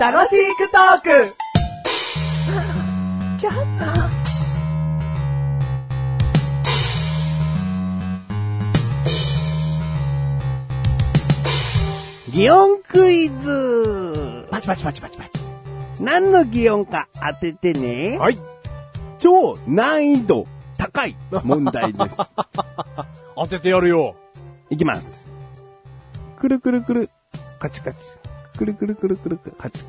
楽しくトーク擬音クイズパチパチパチパチパチ。何の擬音か当ててね。はい。超難易度高い問題です。当ててやるよ。いきます。くるくるくる、カチカチ。くるくるくるくるくる、カチ。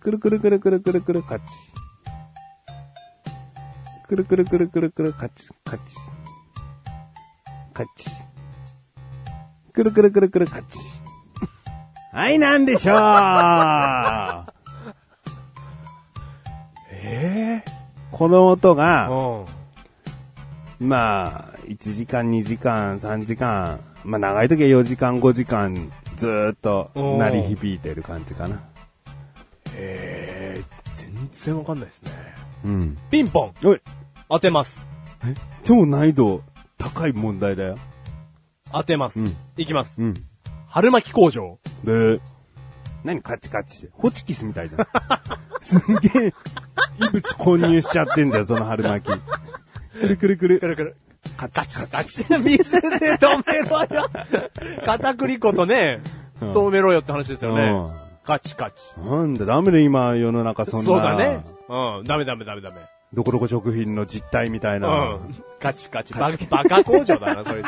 くるくるくるくるくるくる、カチ。くるくるくるくるくる、カチ、カチ。カチ。くるくるくるくる、カチ。 はい、なんでしょう えこの音が、うん。まあ、1時間、2時間、3時間、まあ長い時は4時間、5時間、ずーっと鳴り響いてる感じかな。えー、全然わかんないですね。うん。ピンポンおい、当てます。超難易度高い問題だよ。当てます。うんいきます。うん。春巻き工場。で、何カチカチして。ホチキスみたいじゃ ん。すんげえ、異物混入しちゃってんじゃん、その春巻き。くるくるくる。くるくる。カチカチ。カチ水で 止めろよ。 片栗粉とね、うん止めろよって話ですようねん。カチカチ。なんだ、ダメだ今、世の中そんな。そうだね。。うん。ダメダメダメダメ。どこどこ食品の実態みたいうな。ん。カチカチ。ババカ工場だな、それ。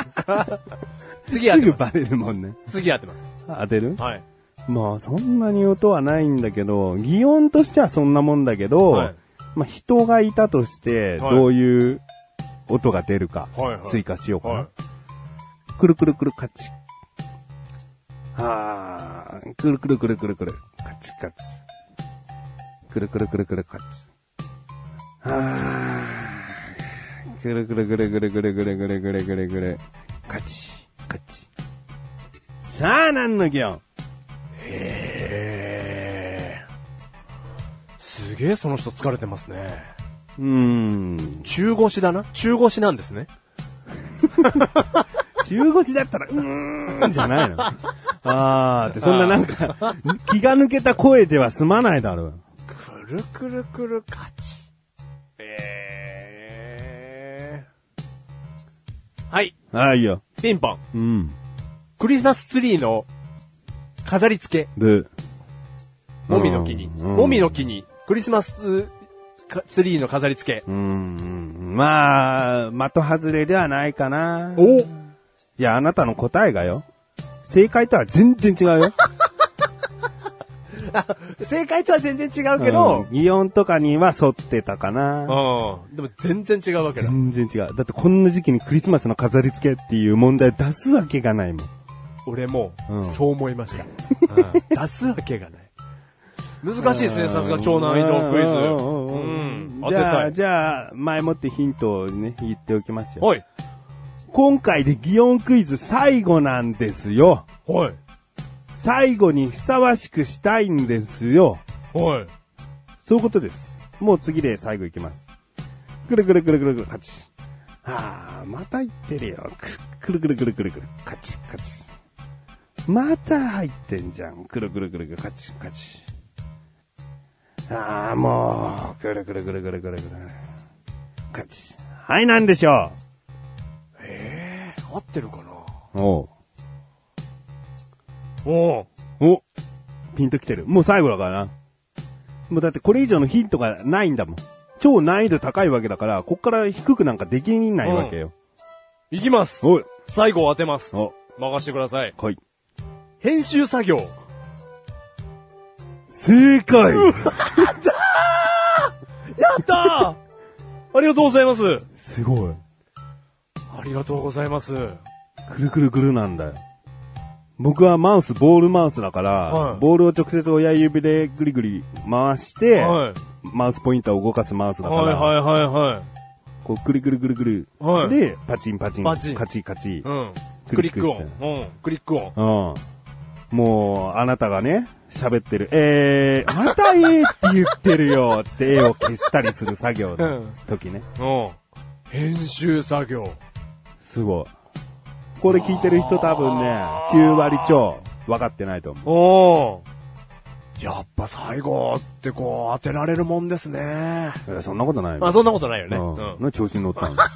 次やっすてぐまバす。レるもんね。次やってます。当てるはい。まあ、そんなに音はないんだけど、擬音としてはそんなもんだけど、はいまあ、人がいたとして、はいどういう音が出るか、はいはい追加しようかな。はいくるくるくるカチ。はー、くるくるくるくるくる、カチカチ。くるくるくるくるカチ。はー、くるくるくるくるくるくるくるくるくるくる、カチ、カチ。さあ、何の擬音えー。すげえその人疲れてますね。うーん。中腰だな。中腰なんですね。中腰だったら、うーん、じゃないの。あーって、そんななんか、気が抜けた声では済まないだろう。くるくるくる勝ち。えー。はい、ああ、いいよ。ピンポン。うん。クリスマスツリーの飾り付け。で、もみの木に。うんもみの木に。クリスマスかツリーの飾り付け。うーん、まあ、的外れではないかな。いおや、あなたの答えがよ。正解とは全然違うよ。正解とは全然違うけうど、ん擬音とかには沿ってたかな。うん。でも全然違うわけだ。全然違う。だってこんな時期にクリスマスの飾り付けっていう問題出すわけがないもん。俺もうん、そう思いま した。うん出すわけがない。難しいですね、さすが長男移動クイズ。うん。当じてゃたあ、い。じゃあ、前もってヒントをね、言っておきますよ。はい。今回で擬音クイズ最後なんですよ。はい。最後にふさわしくしたいんですよ。はい。そういうことです。もう次で最後いきます。くるくるくるくるくる、カチ。あー、また入ってるよ。くるくるくるくるくる、カチカチ。また入ってんじゃん。くるくるくるくる、カチカチ。あー、もう、くるくるくるくるくるくる。カチ。はい、なんでしょえー、合ってるかなうおおおピンときてる。もう最後だからな。もうだってこれ以上のヒントがないんだもん。超難易度高いわけだから、こっから低くなんかできないわけよ。いきますおい。最後当てますお、任してください。来い。編集作業。正解やったー ありがとうございます すごい。ありがとうございます。くるくるくるなんだよ。僕はマウス、ボールマウスだから、はいボールを直接親指でぐりぐり回して、はい。マウスポインターを動かすマウスだから、はいはいはいはこうくるくるくるくる、はいで、パチンパチン、パチンカチカチい。、うん。ククリリックック音音。うん。クリック音。うん。もう、あなたがね、喋ってる。えー、またえーって言ってるよ、 つって絵を消したりする作業の時ね。うん。編集作業。すごい。これ聞いてる人多分ね、9割超、分かってないと思う。おーやっぱ最後ってこう当てられるもんですね。いやそんなことないよ。まあそんなことないよね。ううんんなんで調子に乗ったの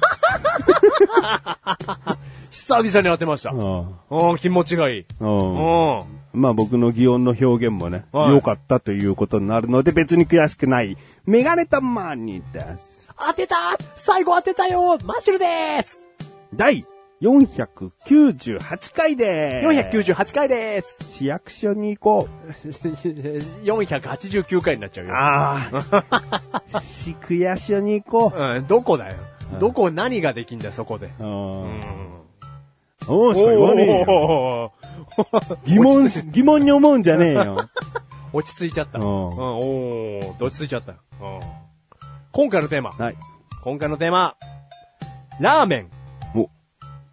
久々に当てました。うんうん、気持ちがいい。ううんん。まあ僕の擬音の表現もね、良、はいかったということになるので別に悔しくない。メガネたまにです。当てた最後当てたよマッシュルです第498回でーす。 !498 回です 市役所に行こ489回になっちゃうう。よ。ああ。市区役所に行こうん、どこだよう。んどこ何ができんだよ、そこで。う。う。うんん。おーしか言わねえよ。 おー疑問、疑問に思うんじゃねえよ。 落ち着いちゃっ た。ううんん、おー落ち着いちゃった。うん今回のテーマ。はい。今回のテーマ。ラーメン。お、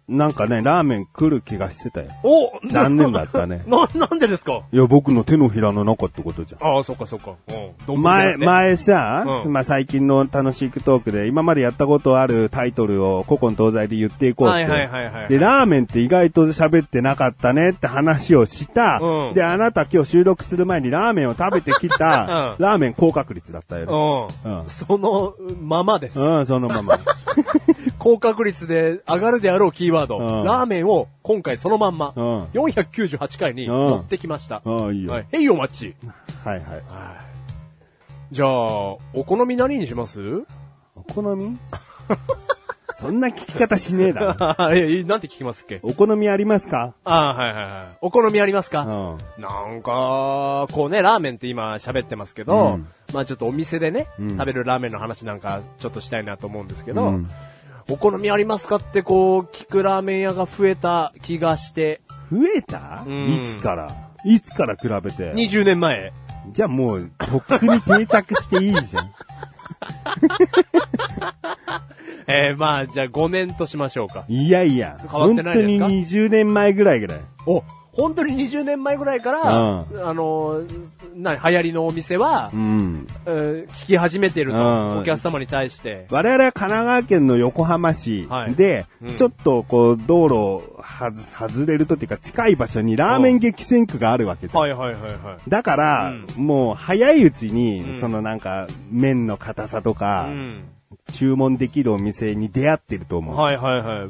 なんかね、ラーメン来る気がしてたよ。お。残念だったね な、なんでですか いや、僕の手のひらの中ってことじゃん。ああ、そっかそっか。うんどんぶりじゃな前、くて前さ、うんまあ最近の楽しいトークで、今までやったことあるタイトルを古今東西で言っていこうって。はいはいはいはい。で、ラーメンって意外と喋ってなかったねって話をした。うんで、あなた今日収録する前にラーメンを食べてきた、 うラーメン高確率だったよね。ううんん。そのままです。うん、そのま ま。高確率で上がるであろうキーワード、うんラーメンを今回そのまんま、うん498回にうん持ってきました。ああ、いいよ。は、はいい。へいお待ち。はい、じゃあ、お好み何にします お好みそんな聞き方しねえだろ。 いやいいなんて聞きますっけお好みありますかああ、はいはいはい。お好みありまうすか、ん。なんか、こうね、ラーメンって今喋ってますけど、うんまあちょっとお店でね、うん食べるラーメンの話なんかちょっとしたいなと思うんですけど、うんお好みありますかってこう、聞くラーメン屋が増えた気がして、増えたうんいつからいつから比べて。 20年前。じゃあもう、とっくに定着していいじゃ ん。えー、まあ、じゃあ5年としましょうか。いやいや、変わっ本て当ないですにか20年前ぐらいぐらい。お、本当に20年前ぐらいから、うあのー、な、流行りのお店はう、ん。うん聞き始めてると、うんお客様に対して。我々は神奈川県の横浜市はいで、うんちょっとこう、道路をはず外れるとっていうか近い場所にラーメン激戦区があるわけです。はいはいはいはだから、もう早いうちに、うんそのなんか、麺の硬さとか、い。うん。注文できるお店に出会ってると思う。はいはいはい。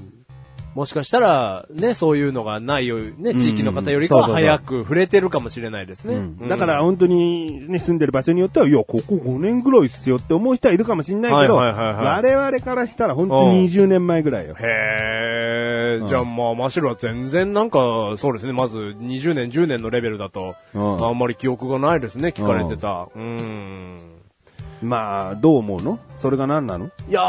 もしかしたら、ね、そういうのがないよ、ね、地域の方よりかうはんそうそうそう早く触れてるかもしれないですね。ううんんだから、本当に、ね、住んでる場所によっては、いや、ここ5年ぐらいっすよって思う人はいるかもしれないけど、はいはいはいは我々からしたら本当に20年前ぐらいよ。へうえ、んじゃあまあ、マシュルは全然なんか、そうですね、まず20年、10年のレベルだと、うんあんまり記憶がないですね、聞かれてた。うん。まあ、どう思うのそれが何なのいや、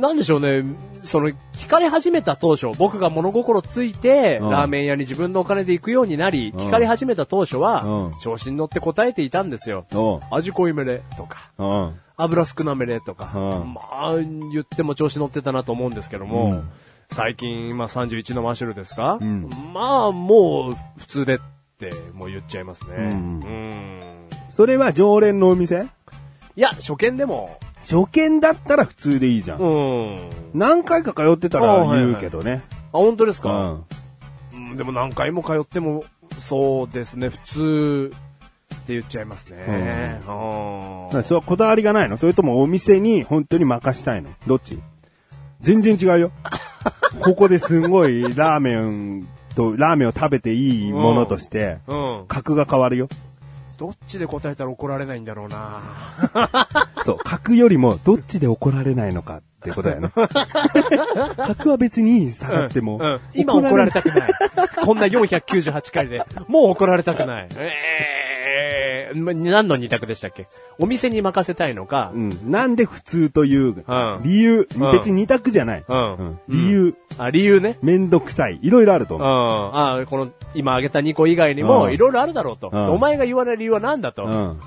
なんでしょうね、その、聞かれ始めた当初、僕が物心ついて、うんラーメン屋に自分のお金で行くようになり、うん聞かれ始めた当初は、うん調子に乗って答えていたんですよ。うん。味濃いめで、とか。うん。油少なめでとか、うんまあ、言っても調子乗ってたなと思うんですけども、うん最近、まあ31のマッシュルですか、うんまあ、もう、普通でって、もう言っちゃいますね。うんうんそれは常連のお店いや、初見でも、初見だったら普通でいいじゃん。うん。何回か通ってたあらはいはい言うけどね。あ、本当ですうか、ん。うんでも何回も通っても、そうですね、普通って言っちゃいますね。うんだからそれはこだわりがないのそれともお店に本当に任したいのどっち全然違う よ。ここですんごいラーメンと、ラーメンを食べていいものとして、うん。格が変わるよ。どっちで答えたら怒られないんだろうな。そう、格よりもどっちで怒られないのかってこと やな。格は別に下がっても、うん今怒られたくない。 こんな498回で、もう怒られたくない。えー、ま何の二択でしたっけお店に任せたいのかう、ん。なんで普通という、うん理由、うん別に二択じゃない。うん理由、あ、理由ね。めんどくさい、いろいろあるとうん。思う。あこの、今挙げた2個以外にうも、んいろいろあるだろうと。うんお前が言わない理由は何だと。あうん。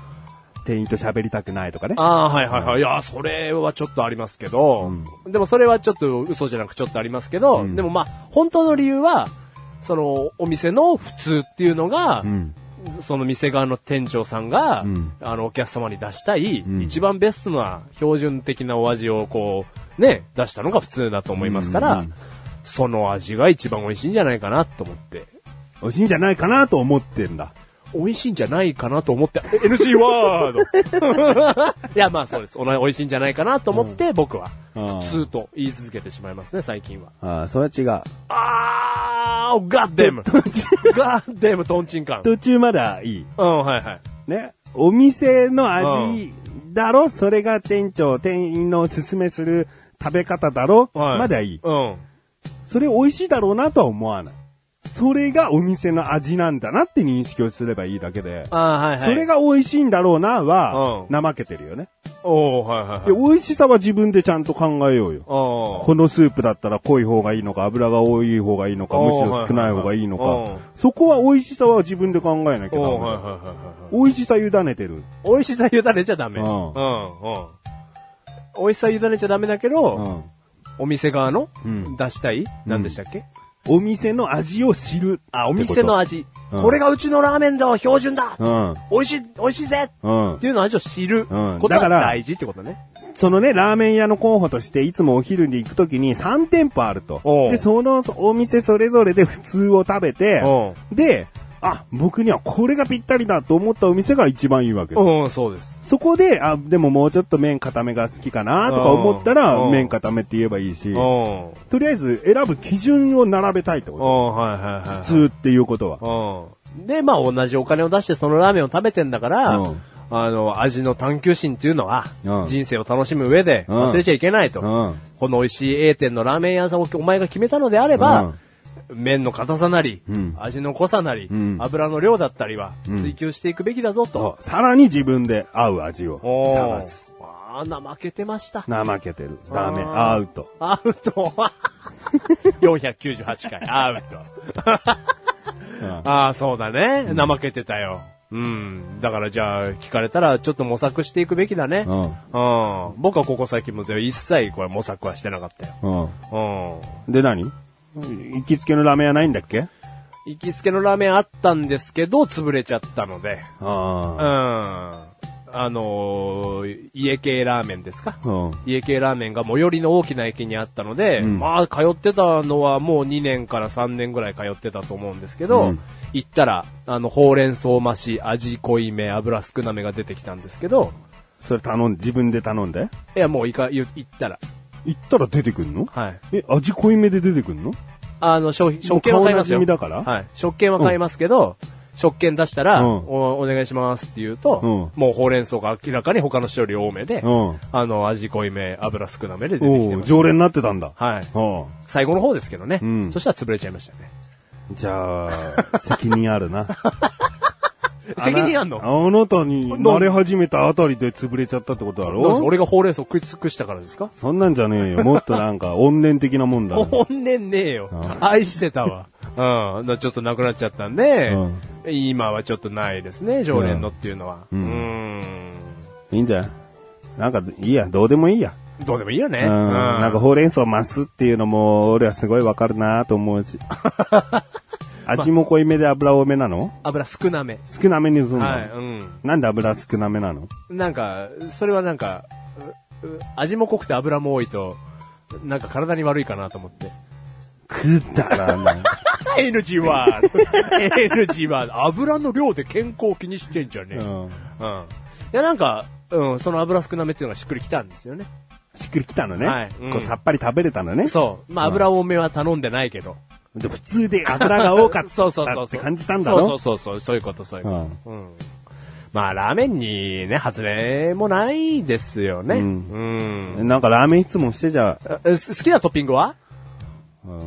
店員と喋りたくないとかね。あー、はいはいはい。いやー、それはちょっとありますけど、でもそれはちょっと嘘じゃなくちょっとありますけど、うんでもまあ、本当の理由は、その、お店の普通っていうのが、うん。その店側の店長さんが、うんあの、お客様に出したい、ん一番ベストな標準的なお味をこう、ね、出したのが普通だと思いますから、うんその味が一番美味しいんじゃないかなと思って。美味しいんじゃないかなと思ってんだ。美味しいんじゃないかなと思って、NG ワード いや、まあそうです。おな美味しいんじゃないかなと思って、僕は、うん普通と言い続けてしまいますね、最近は。ああ、それは違う。あー、ガッデムガッデムトンチンカン。途中まだいい。うん、はいはい。ね。お店の味だろ、それが店長、店員のおすすめする食べ方だろ、はい、まだいい。うん。それ美味しいだろうなとは思わない。それがお店の味なんだなって認識をすればいいだけで。あー、はいはい。それ、が美味しいんだろうなはうん、怠けてるよね。おー、はいはいではい。美味しさは自分でちゃんと考えようよ。おーこのスープだったら濃い方がいいのか、油が多い方がいいのか、おーむしろ少ない方がいいのはいはいはいおか、そこは美味しさは自分で考えなきゃおー、ダはいメはいだ。はいはい。美味しさ委ねてる。美味しさ委ねちゃダメ。ううんん、うん、美味しさ委ねちゃダメだけど、うんお店側のうん出したい、何でしたっけお店の味を知る。あ、お店の味。味。うんこれがうちのラーメンの標準だ、うん。美味しい、美味しいぜうんっ。ていうのを味を知るうんことだかがら大事ってことね。そのね、ラーメン屋の候補として、いつもお昼に行くときに3店舗あるとお。うで、そのお店それぞれで普通を食べてお、で、あ、僕にはこれがぴったりだと思ったお店が一番いいわけです。うん、そうです。そこで、あ、でももうちょっと麺固めが好きかなとか思ったらお、う麺固めって言えばいいしう、ん。うん、とりあえず選ぶ基準を並べたいってこと。はいはいはい。普通っていうことは。うん。で、まあ同じお金を出してそのラーメンを食べてんだから、うんあの、味の探求心っていうのは、うん人生を楽しむ上でうん忘れちゃいけないと。うんこの美味しい A 店のラーメン屋さんをお前が決めたのであれば、麺の硬さなり、うん味の濃さなり、うん油の量だったりは追求していくべきだぞと。そうさらに自分で合う味をおー探す。あー、怠けてました。怠けてる。ダメ。あーアウト。アウト。498回、アウト。 ああ、そうだね。怠けてたよ。うん。だからじゃあ、聞かれたら、ちょっと模索していくべきだね。うんうん。僕はここ最近も一切これ模索はしてなかったうん。よ。で何行きつけのラーメン屋ないんだっけうん。行きつけのラーメンあったんですけど、潰れちゃったので。うん。ああのー家系ラーメンですかうん家系ラーメンが最寄りの大きな駅にあったので、んまあ、通ってたのはもう2年から3年ぐらい通ってたと思うんですけど、うん行ったら、あの、ほうれん草増し、味濃いめ、油少なめが出てきたんですけど、それ頼ん、自分で頼んでいや、もういか、言行ったら、行ったら出てくんのはい。え、味濃いめで出てくんのあの、食食券は買いますよ。もう顔なじみだからはい。食券は買いますけど、食券出したら、うんお、お願いしますって言うと、うもうほうれん草が明らかに他の人より多めで、うんあの、味濃いめ、油少なめで出てきておまうした。常連になってたんだ。はい。あ最後の方ですけどね。うんそしたら潰れちゃいましたね。あじゃあ、責任あるな。 責任あんのああなたに慣れ始めたあたりで潰れちゃったってことだどうですろ俺がほうれん草食い尽くしたからで すかそんなんじゃねえよ。もっとなん か、怨念的なもんだね。本音ねえよ。愛してた わ。うん。だちょっとなくなっちゃったんで、うん今はちょっとないですね、常連のっていうのは。うーん。いいんじゃん。なんか、いいや、どうでもいいや。どうでもいいよね。うん。なんか、ほうれん草増すっていうのも、俺はすごいわかるなと思う し。味も濃いめで油多めなの油少なめ。少なめにすんの、はい。うなんで油少なめなのん。なんか、それはなんか、うう味も濃くて油も多いと、なんか体に悪いかなと思って。くだら ない。 NG ワード NG ワード油の量で健康気にしてんじゃねうえ。んうん。いや、なんか、うん、その油少なめっていうのがしっくりきたんですよね。しっくりきたのね。はいうんこうさっぱり食べれたのね。そう。まあ、油多めは頼んでないけど。で普通で油 が多かったそうそうそうそう。って感じたんだろ そうそうそうそう。そういうこと、そういうこと。うん。まあ、ラーメンにね、外れもないですよね。ううんん。なんかラーメン質問してじゃあえす好きなトッピングは うん。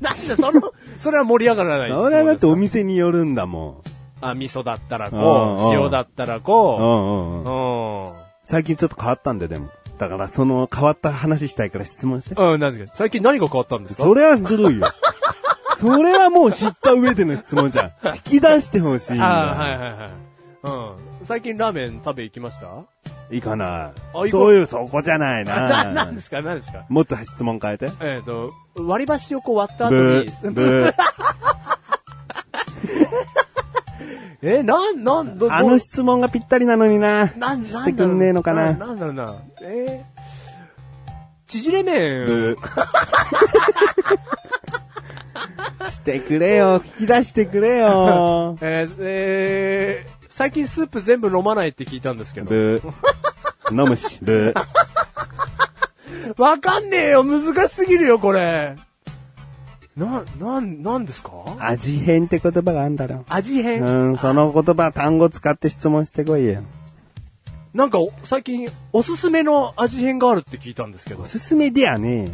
なんだ、その、それは盛り上がらないですそれはだってお店によるんだもあ、味噌だったらうんこう、塩だったらん。うこんうんう、うん。う最近ちょっと変わったんだよ、でも。だからその変わった話したいから質問して。ん。うん、なんですか最近何が変わったんですかそれはずる いよ。それはもう知った上での質問じゃん。引き出してほしいんああ、だ。はいはいはい。うん。最近ラーメン食べ行きましたいかな行こい。うそういう、そこじゃない な、な なんで。すかなんですかもっと質問変えて。えっ、と、割り箸をこう割った後ブに、ー、 ブえ、なん、なん、ー。ど、あどの質問がぴったりなのにな。なん、なんしてくんねえのかななんだろうな。えー、縮れ麺。。ブー。してくれよ、引き出してくれよえーえー最近スープ全部飲まないって聞いたんですけど。ブー。飲むし、ブー。わかんねえよ難しすぎるよ、これ。な、なん、なんですか味変って言葉があんだろ。味変、うん、その言葉、単語使って質問してこいよ。なんかお、最近、おすすめの味変があるって聞いたんですけどお。すすめでやねえ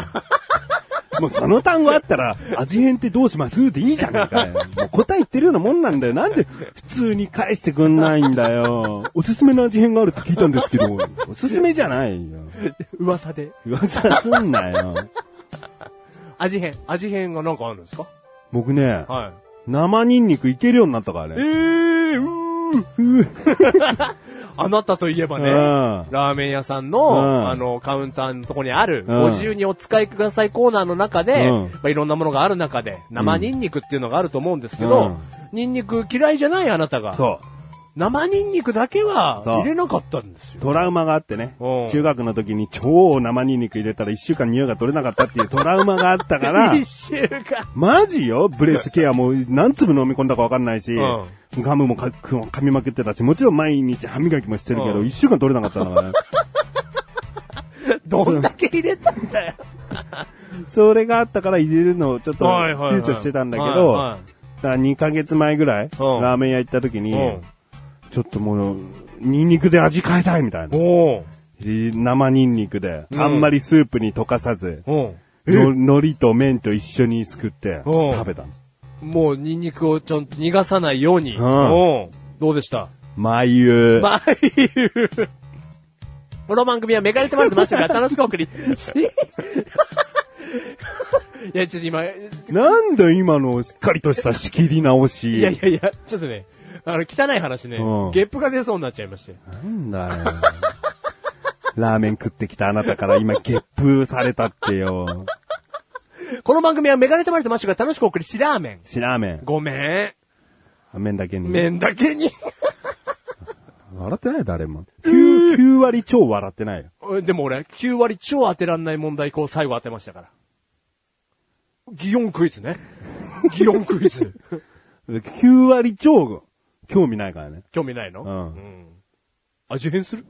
もうその単語あったら、味変ってどうしますっていいじゃないかよ。もう答え言ってるようなもんなんだよ。なんで普通に返してくんないんだよ。おすすめの味変があるって聞いたんですけど、おすすめじゃないよ。噂で。噂すんなよ。味変。味変がなんかあるんですか僕ね、は生ニンニクいけるようになったからい。えね。ー、うー。あなたといえばね、うんラーメン屋さんの、うんあの、カウンターのとこにある、うんご自由にお使いくださいコーナーの中で、うんまあ、いろんなものがある中で、生ニンニクっていうのがあると思うんですけど、うんニンニク嫌いじゃないあなたが。そ生ニンニクだけはそう入れなかったんでう。すよ。トラウマがあってねうん。中学の時に超生ニンニク入れたら一週間匂いが取れなかったっていうトラウマがあった から、一週間。マジよブレスケアも何粒飲み込んだか分かんないし、うんガムもか噛みまくってたし、もちろん毎日歯磨きもしてるけうど、ん一週間取れなかったのが ね。どんだけ入れたんだよ。それがあったから入れるのをちょっとはいはいはい躊躇してたんだけはいどはい、だから2ヶ月前ぐらい、ラーメン屋行った時に、うんちょっともう、ニンニクで味変えたいみたいな。お生ニンニクで、うんあんまりスープに溶かさず、おの海苔と麺と一緒にすくってうん食べたの。もうニンニクをちょんと逃がさないように。うんおどうでした眉。まあ、い いこの番組はメガネとマルとマッシュルが楽しくお送り。いや、ちょっと今、 いなんだ今のしっかりとした仕切り直し。やいやいや、ちょっとね、あの、汚い話ね、うんゲップが出そうになっちゃいまして。なんだよ。ラーメン食ってきたあなたから今ゲップされたってよ。この番組はメガネとマルとマッシュルが楽しくお送りしラーメン。しラーメン。ごめ麺だけん。に。麺だけに。笑ってないよ誰も。9、9割超笑ってないよ。でも俺、9割超当てらんない問題こう最後当てましたから。擬音クイズね。擬音クイズ。 9割超興味ないからね。興味ないのうん味変する